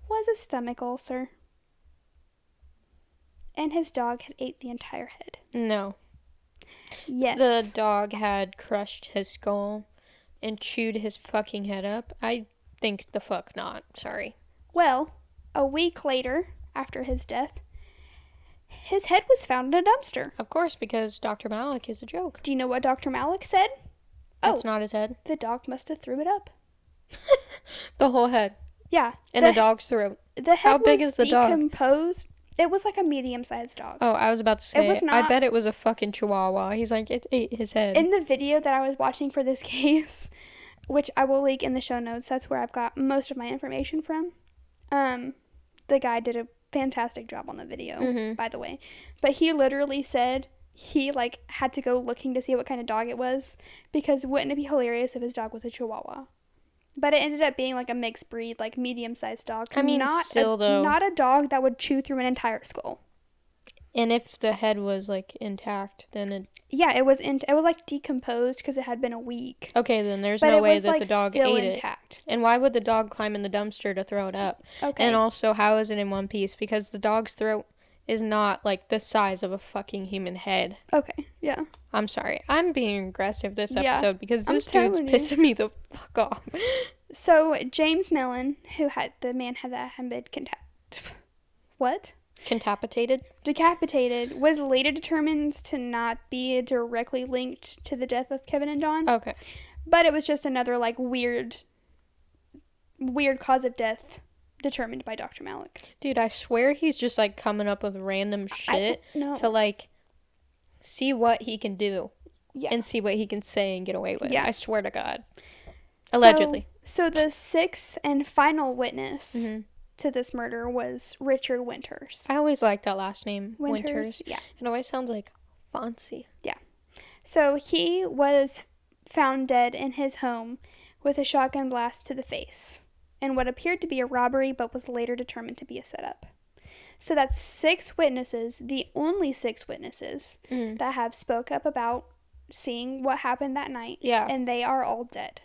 was a stomach ulcer. And his dog had ate the entire head.
No.
Yes.
The dog had crushed his skull and chewed his fucking head up. I think the fuck not. Sorry.
Well, A week later, after his death, his head was found in a dumpster.
Of course, because Dr. Malik is a joke.
Do you know what Dr. Malik said?
That's
Oh.
not his head.
The dog must have threw it up.
The whole head.
Yeah.
And the, dog's throat.
The head
How big
was
is the dog?
decomposed. It was like a medium-sized dog.
Oh, I was about to say.
was
I
not-
bet it was a fucking chihuahua. He's like, it ate his head.
in the video that I was watching for this <laughs> case, which I will link in the show notes, that's where I've got most of my information from. Um, the guy did a fantastic job on the video,
Mhm.
by the way. But he literally said he like had to go looking to see what kind of dog it was because wouldn't it be hilarious if his dog was a chihuahua? But it ended up being like a mixed breed, like medium sized dog.
I mean,
not
still,
a,
though.
not a dog that would chew through an entire skull.
and if the head was like intact, then it.
Yeah, it was in, it was like decomposed because it had been a week.
Okay, then there's
but
no
it
way
was
that
like
the dog
still
ate it.
intact.
And why would the dog climb in the dumpster to throw it up?
Okay.
And also, how is it in one piece? Because the dog's throat is not like the size of a fucking human head.
okay. Yeah.
I'm sorry. I'm being aggressive this
Yeah,
episode because
I'm
this dude's
telling you.
pissing me the fuck off.
So James Mellon, who had the man had that had been contact, <laughs> what
Contapitated?
decapitated, was later determined to not be directly linked to the death of Kevin and Dawn,
Okay.
but it was just another like weird, weird cause of death determined by Dr. Malik.
Dude, I swear he's just like coming up with random shit
No.
to like see what he can do
yeah.
and see what he can say and get away with.
Yeah.
I swear to God. Allegedly.
So, so the sixth and final witness
Mhm.
to this murder was Richard Winters.
I always like that last name, Winters.
Winters. Yeah.
It always sounds like fancy.
So he was found dead in his home with a shotgun blast to the face in what appeared to be a robbery but was later determined to be a setup. So that's six witnesses, the only six witnesses
Mm.
that have spoke up about seeing what happened that night
Yeah.
and they are all dead.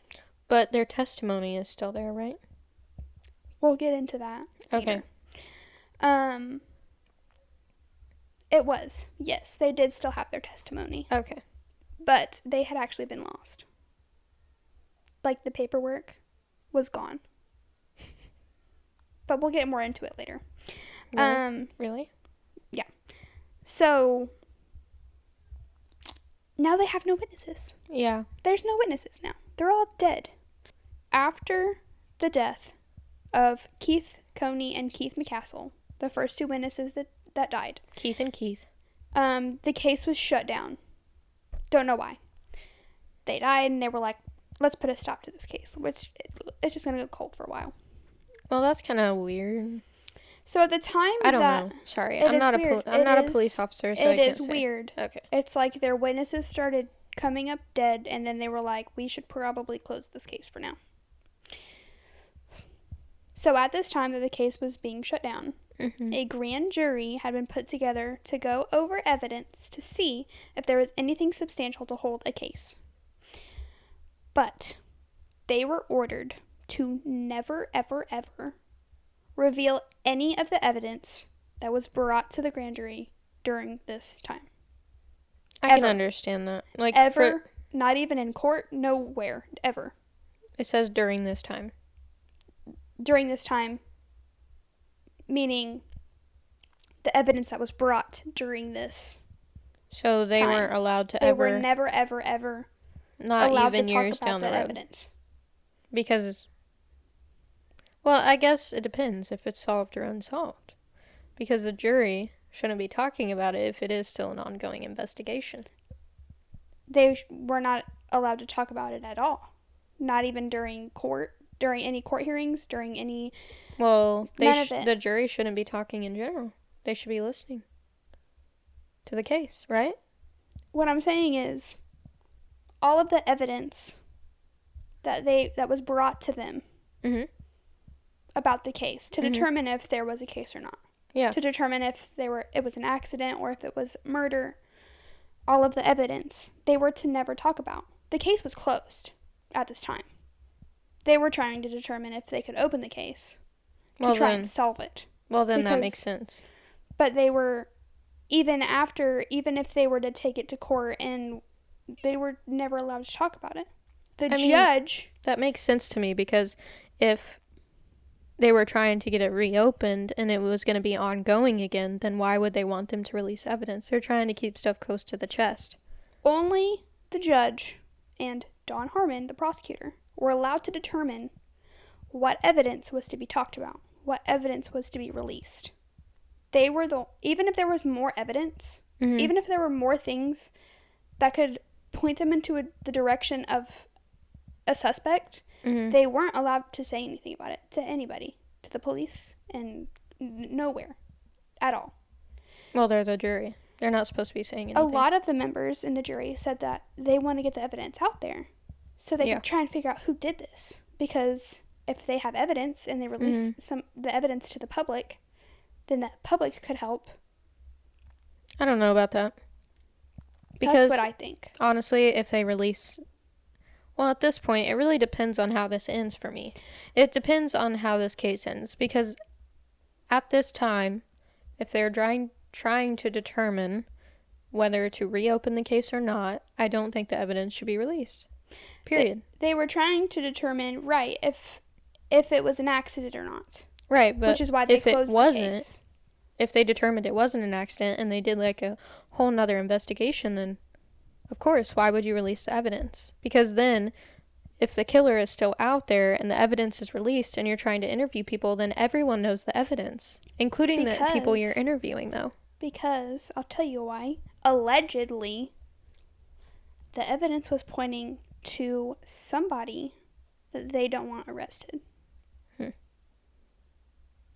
But their testimony is still there, right?
We'll get into that.
Okay.
later. Um it was. Yes, they did still have their testimony.
Okay.
but they had actually been lost. Like the paperwork was gone. but we'll get more into it later.
Really?
Um
really?
so now they have no witnesses.
Yeah.
There's no witnesses now. They're all dead. After the death of Keith Coney and Keith McCastle, the first two witnesses that, that died,
Keith and Keith.
um, the case was shut down. Don't know why. They died, and they were like, "Let's put a stop to this case," which it's just gonna go cold for a while.
Well, that's kind of weird.
So at the time,
I don't
that
know. Sorry,
it
I'm
is
not
weird.
a poli- I'm
It
not a
is-
police officer, so I
it
can't
is
say.
weird,
Okay.
it's like their witnesses started coming up dead, and then they were like, "We should probably close this case for now." So at this time that the case was being shut down,
hmm
A grand jury had been put together to go over evidence to see if there was anything substantial to hold a case. But they were ordered to never, ever, ever reveal any of the evidence that was brought to the grand jury during this time.
I
Ever.
can understand that. Like for-
Ever, not even in court, nowhere, ever.
it says during this time.
During this time, meaning the evidence that was brought during this.
So they
Time.
weren't allowed to
They
ever
were never, ever, ever
not
allowed
even
to talk
years
about
down the
that
road
evidence.
because well, I guess it depends if it's solved or unsolved. Because the jury shouldn't be talking about it if it is still an ongoing investigation.
They sh- were not allowed to talk about it at all. Not even during court, during any court hearings, during any.
Well, they
None
sh-
of it.
the jury shouldn't be talking in general. They should be listening to the case, right?
What I'm saying is, all of the evidence that they that was brought to them
Mhm.
about the case to
Mhm.
determine if there was a case or not.
Yeah.
To determine if they were it was an accident or if it was murder. All of the evidence they were to never talk about. The case was closed at this time. They were trying to determine if they could open the case to
Well
try
then,
and solve it.
well then that
because-
makes sense.
But they were even after even if they were to take it to court and they were never allowed to talk about it. The
I mean-
judge
That makes sense to me because if they were trying to get it reopened and it was going to be ongoing again, then why would they want them to release evidence? They're trying to keep stuff close to the chest.
Only the judge and Don Harmon, the prosecutor, were allowed to determine what evidence was to be talked about, what evidence was to be released. They were the even if there was more evidence,
Mhm.
even if there were more things that could point them into a, the direction of a suspect,
Mhm.
they weren't allowed to say anything about it to anybody, to the police, and n- nowhere at all.
Well, they're the jury. They're not supposed to be saying
a
anything.
lot of the members in the jury said that they want to get the evidence out there so they
Yeah.
can try and figure out who did this because if they have evidence and they release
Mm-hmm.
some the evidence to the public then the public could help
I don't know about that.
that's
Because
what i think
honestly, if they release. Well, at this point, it really depends on how this ends for me. It depends on how this case ends because at this time, if they're trying trying to determine whether to reopen the case or not, I don't think the evidence should be released. Period.
they were trying to determine right if if it was an accident or not
right, but
which is why they
if it
closed
wasn't,
the case
if they determined it wasn't an accident and they did like a whole nother investigation, then of course, why would you release the evidence? Because then, if the killer is still out there and the evidence is released and you're trying to interview people, then everyone knows the evidence, including the people you're
Because-
interviewing, though.
because i'll tell you why allegedly the evidence was pointing to somebody that they don't want arrested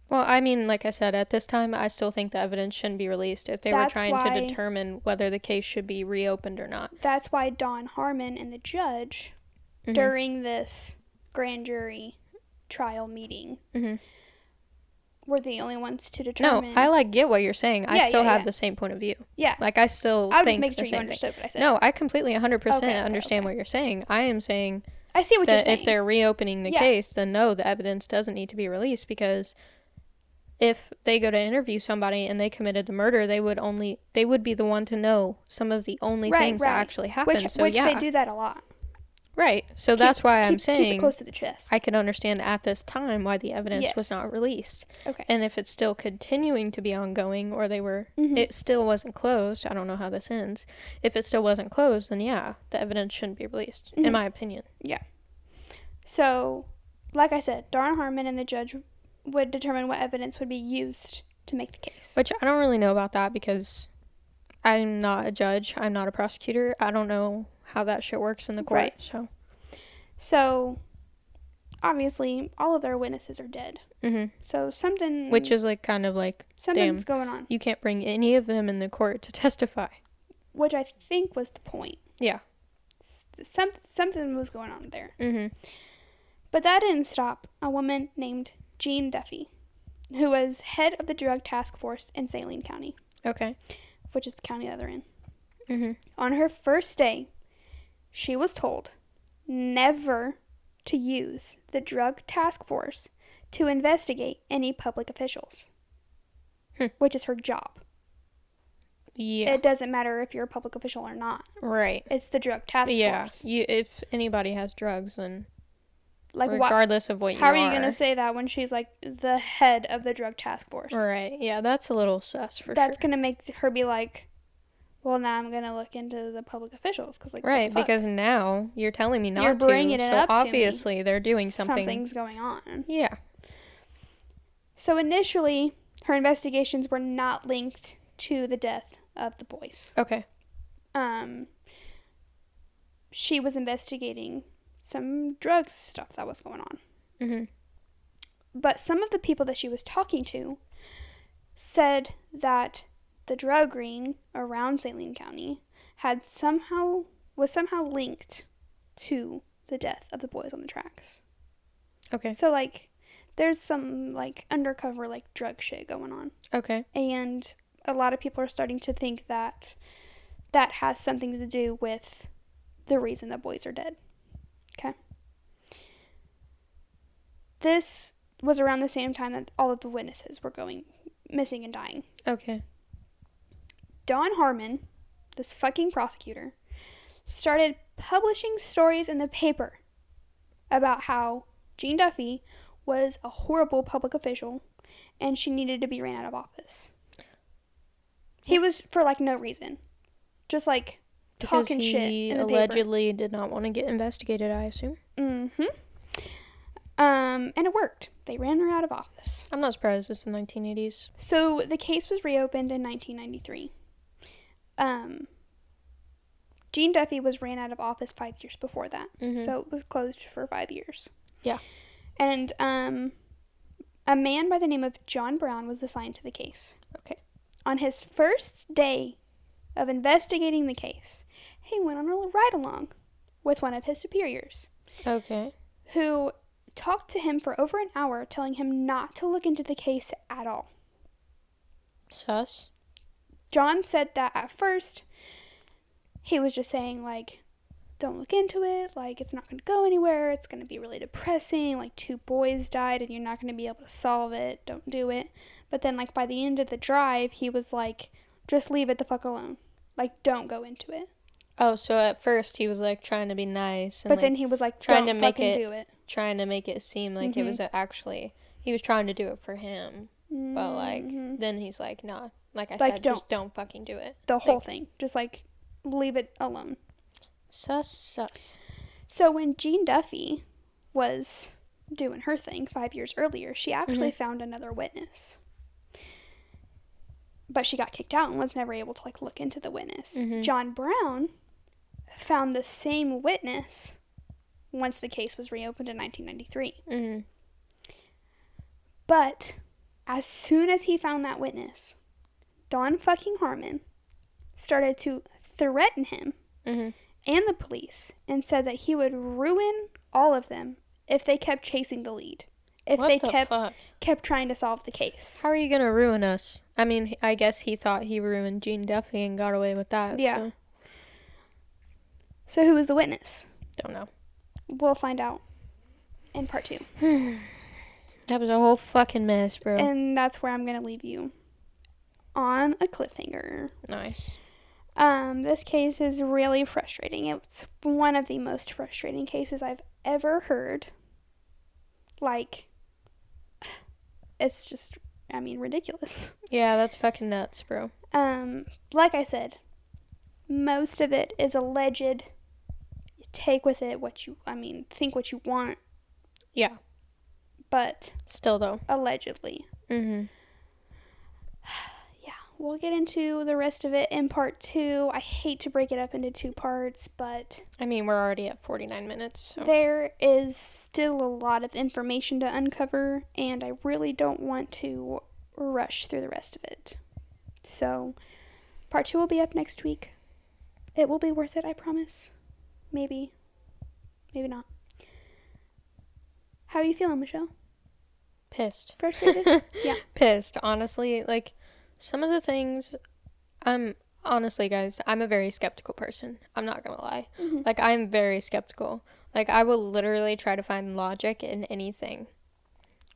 Well, I mean, like I said, at this time, I still think the evidence shouldn't be released if they
That's
were trying
why-
to determine whether the case should be reopened or not.
that's why Don Harmon and the judge
Mhm.
during this grand jury trial meeting
Mhm.
were the only ones to
No,
determine.
I like get what you're saying.
Yeah,
I still
yeah,
have
yeah.
the same point of view.
yeah,
Like I still
I was just
think
making
the
sure you
same thing.
understood what I said.
No, I completely 100%
Okay, okay,
understand what you're saying. I am saying
I see what
that
you're saying.
if they're reopening the
Yeah.
case, then no, the evidence doesn't need to be released because if they go to interview somebody and they committed the murder, they would only they would be the one to know some of the only
Right,
things
right.
that actually happened.
which,
so
which
yeah,
they do that a lot.
right. So that's why I'm
keep, keep it
saying
close to the chest.
I can understand at this time why the evidence was
Yes.
not released.
Okay.
And if it's still continuing to be ongoing or they were
Mhm.
it still wasn't closed, I don't know how this ends. If it still wasn't closed, then yeah, the evidence shouldn't be released
Mhm.
in my opinion.
So, like I said, Don Harmon and the judge would determine what evidence would be used to make the case.
Which I don't really know about that because I'm not a judge, I'm not a prosecutor. I don't know how that shit works in the court.
Right.
So,
So, obviously, all of their witnesses are dead.
mhm.
So something
which is like kind of like
something's going on.
you can't bring any of them in the court to <laughs> testify.
which I think was the point.
Yeah.
S- Some, something was going on there.
Mhm.
But that didn't stop a woman named Jean Duffy, who was head of the drug task force in Saline County,
Okay.
which is the county that they're in. Mm-hmm.
Mhm.
On her first day, she was told never to use the drug task force to investigate any public officials,
Hmm.
which is her job.
Yeah.
It doesn't matter if you're a public official or not,
right.
it's the drug task
Yeah.
force.
You if anybody has drugs then
Like, why,
regardless of what you
How
are.
are you going to say that when she's like the head of the drug task force?
Right. Yeah, that's a little sus for
That's
sure.
going to make her be like, well, now I'm going to look into the public officials because like what the
Right,
fuck?
because now you're telling me not
You're
to.
bringing it
so
up to me.
obviously they're doing something.
something's going on.
Yeah.
So initially, her investigations were not linked to the death of the boys.
Okay.
Um, she was investigating some drug stuff that was going on.
hmm
But some of the people that she was talking to said that the drug ring around Saline County had somehow was somehow linked to the death of the boys on the tracks.
Okay.
So like there's some like undercover like drug shit going on.
Okay.
And a lot of people are starting to think that that has something to do with the reason the boys are dead. Okay. This was around the same time that all of the witnesses were going missing and dying.
Okay.
Don Harmon, this fucking prosecutor, started publishing stories in the paper about how Gene Duffy was a horrible public official and she needed to be ran out of office. He was for like no reason. Just like
Because
talking shit
he
in the paper.
allegedly did not want to get investigated, I assume.
Mm-hmm. Um, and it worked. They ran her out of office.
I'm not surprised it's the 1980s.
So the case was reopened in 1993. Um, Gene Duffy was ran out of office five years before that,
Mhm.
so it was closed for five years.
Yeah.
And um, a man by the name of John Brown was assigned to the case.
Okay.
On his first day of investigating the case, he went on a ride along with one of his superiors
Okay.
who talked to him for over an hour, telling him not to look into the case at all.
Sus.
John said that at first he was just saying, like, don't look into it. Like, it's not going to go anywhere. It's going to be really depressing. Like, two boys died and you're not going to be able to solve it. Don't do it. But then, like, by the end of the drive, he was like, just leave it the fuck alone. Like, don't go into it.
Oh, so at first he was like trying to be nice and
But
like,
then he was like,
trying
trying
to
to
make
fucking
it-
do it.
trying to make it seem like
Mm-hmm.
it was a- actually he was trying to do it for him. But like
Mhm.
then he's like, nah. Like I
Like,
said, just don't fucking do it.
the whole thing, just like, leave it alone.
Sus sus.
So when Jean Duffy was doing her thing five years earlier, she actually found another witness. But she got kicked out and was never able to like look into the witness.
Mhm.
John Brown found the same witness once the case was reopened in 1993.
Mm.
But as soon as he found that witness, Don fucking Harmon started to threaten him
Mhm.
and the police and said that he would ruin all of them if they kept chasing the lead. If
what
they
the
kept
fuck?
kept trying to solve the case.
How are you gonna ruin us? I mean, h- I guess he thought he ruined Gene Duffy and got away with that.
Yeah.
so-
So who was the witness?
Don't know.
We'll find out in part 2.
That was a whole fucking mess, bro.
And that's where I'm going to leave you on a cliffhanger.
nice.
Um this case is really frustrating. It's one of the most frustrating cases I've ever heard. Like <sighs> it's just I mean ridiculous.
Yeah, that's fucking nuts, bro.
Um, like I said, most of it is alleged. You take with it what you, I mean, think what you want,
Yeah.
but
Still though.
allegedly.
Mm-hmm.
We'll get into the rest of it in part two. I hate to break it up into two parts, but
I mean, we're already at 49 minutes. So.
there is still a lot of information to uncover, and I really don't want to rush through the rest of it. So, part two will be up next week. It will be worth it, I promise. Maybe. Maybe not. How are you feeling, Michelle?
Pissed. <laughs>
Frustrated? Yeah.
Pissed, honestly. Like, some of the things, I'm, honestly, guys, I'm a very skeptical person. I'm not gonna lie.
Mhm.
Like, I'm very skeptical. Like, I will literally try to find logic in anything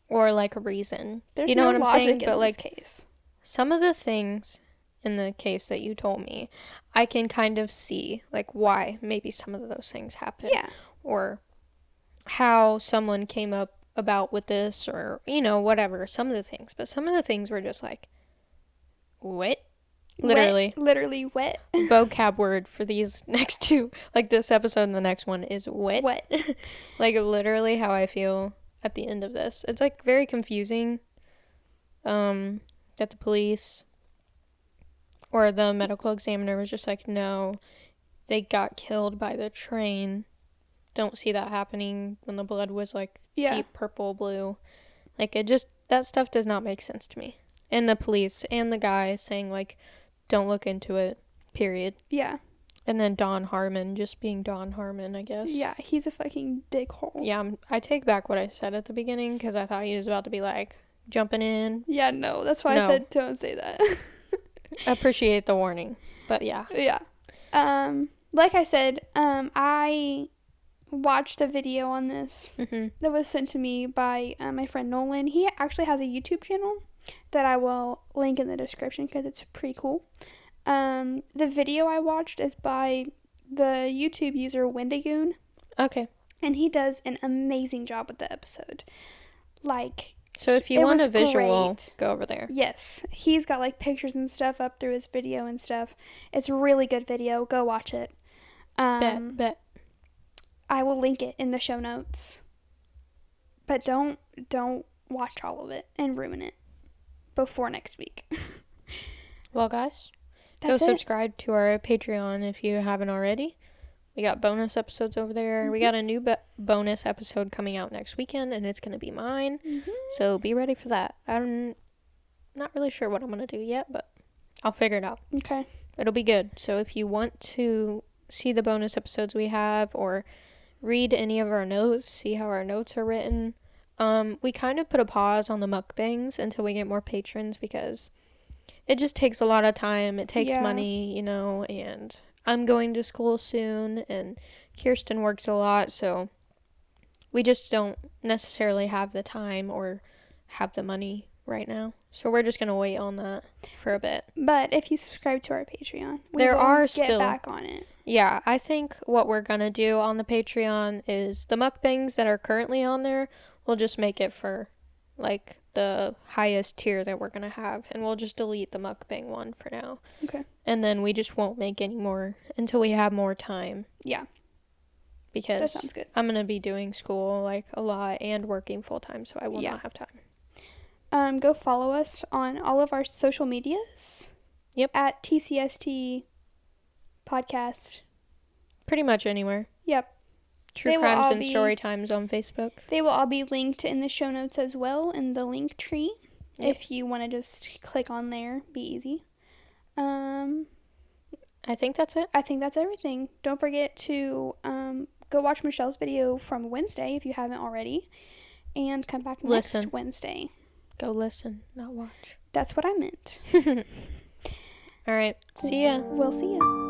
or, like, a reason.
There's
you know
no
what I'm
logic
saying?
in
But,
this
like,
case.
some of the things in the case that you told me, I can kind of see, like, why maybe some of those things happen.
Yeah.
or how someone came up about with this or you know whatever some of the things but some of the things were just like what literally
Wet, literally wet.
vocab word for these <laughs> next two like this episode and the next one is what
Wet. <laughs>
like literally how i feel at the end of this it's like very confusing um that the police or the medical examiner was just like no they got killed by the train don't see that happening when the blood was like
Yeah.
deep purple blue like it just that stuff does not make sense to me and the police and the guy saying like don't look into it period
Yeah.
and then don harmon just being don harmon i guess
Yeah. He's a fucking dickhole.
yeah, I'm, I take back what I said at the beginning because I thought he was about to be like jumping in.
Yeah, no. That's why
No.
I said don't say that.
Appreciate the warning, but yeah,
yeah um like i said um i watched a video on this
hmm
that was sent to me by uh, my friend nolan he actually has a youtube channel that i will link in the description because it's pretty cool um the video i watched is by the youtube user wendigoon
okay,
and he does an amazing job with the episode Like,
So if you
It
want
was
a visual,
great.
go over there.
yes, he's got like pictures and stuff up through his video and stuff. It's a really good video. Go watch it. Um,
bet, bet.
I will link it in the show notes. But don't don't watch all of it and ruin it before next week. <laughs>
Well, guys,
That's
go
it.
subscribe to our Patreon if you haven't already. We got bonus episodes over there.
Mm-hmm.
We got a new bo- bonus episode coming out next weekend, and it's going to be mine.
Mm-hmm.
So be ready for that. I'm not really sure what I'm going to do yet, but I'll figure it out.
Okay.
It'll be good. So if you want to see the bonus episodes we have or read any of our notes, see how our notes are written, um, we kind of put a pause on the mukbangs until we get more patrons because it just takes a lot of time. It takes
Yeah.
money, you know, and I'm going to school soon and Kirsten works a lot, so we just don't necessarily have the time or have the money right now. So we're just going to wait on that for a bit.
But if you subscribe to our Patreon, we
There
will
are
get
still-
back on it.
Yeah, I think what we're gonna do on the Patreon is the mukbangs that are currently on there, we'll just make it for like the highest tier that we're gonna have, and we'll just delete the mukbang one for now.
Okay.
And then we just won't make any more until we have more time.
Yeah. That
Because
sounds good.
I'm gonna be doing school like a lot and working full time, so I will
Yeah.
not have time.
Um, go follow us on all of our social medias.
Yep.
At TCST podcast.
Pretty much anywhere.
Yep.
True
They will
crimes
all
and
be-
story times on Facebook.
They will all be linked in the show notes as well in the link tree.
Yep.
If you want to just click on there, be easy. Um,
I think that's it.
I think that's everything. Don't forget to um, go watch Michelle's video from Wednesday if you haven't already, and come back
Listen.
next Wednesday.
Go listen, not watch.
That's what I meant.
All right. See ya.
We'll see you.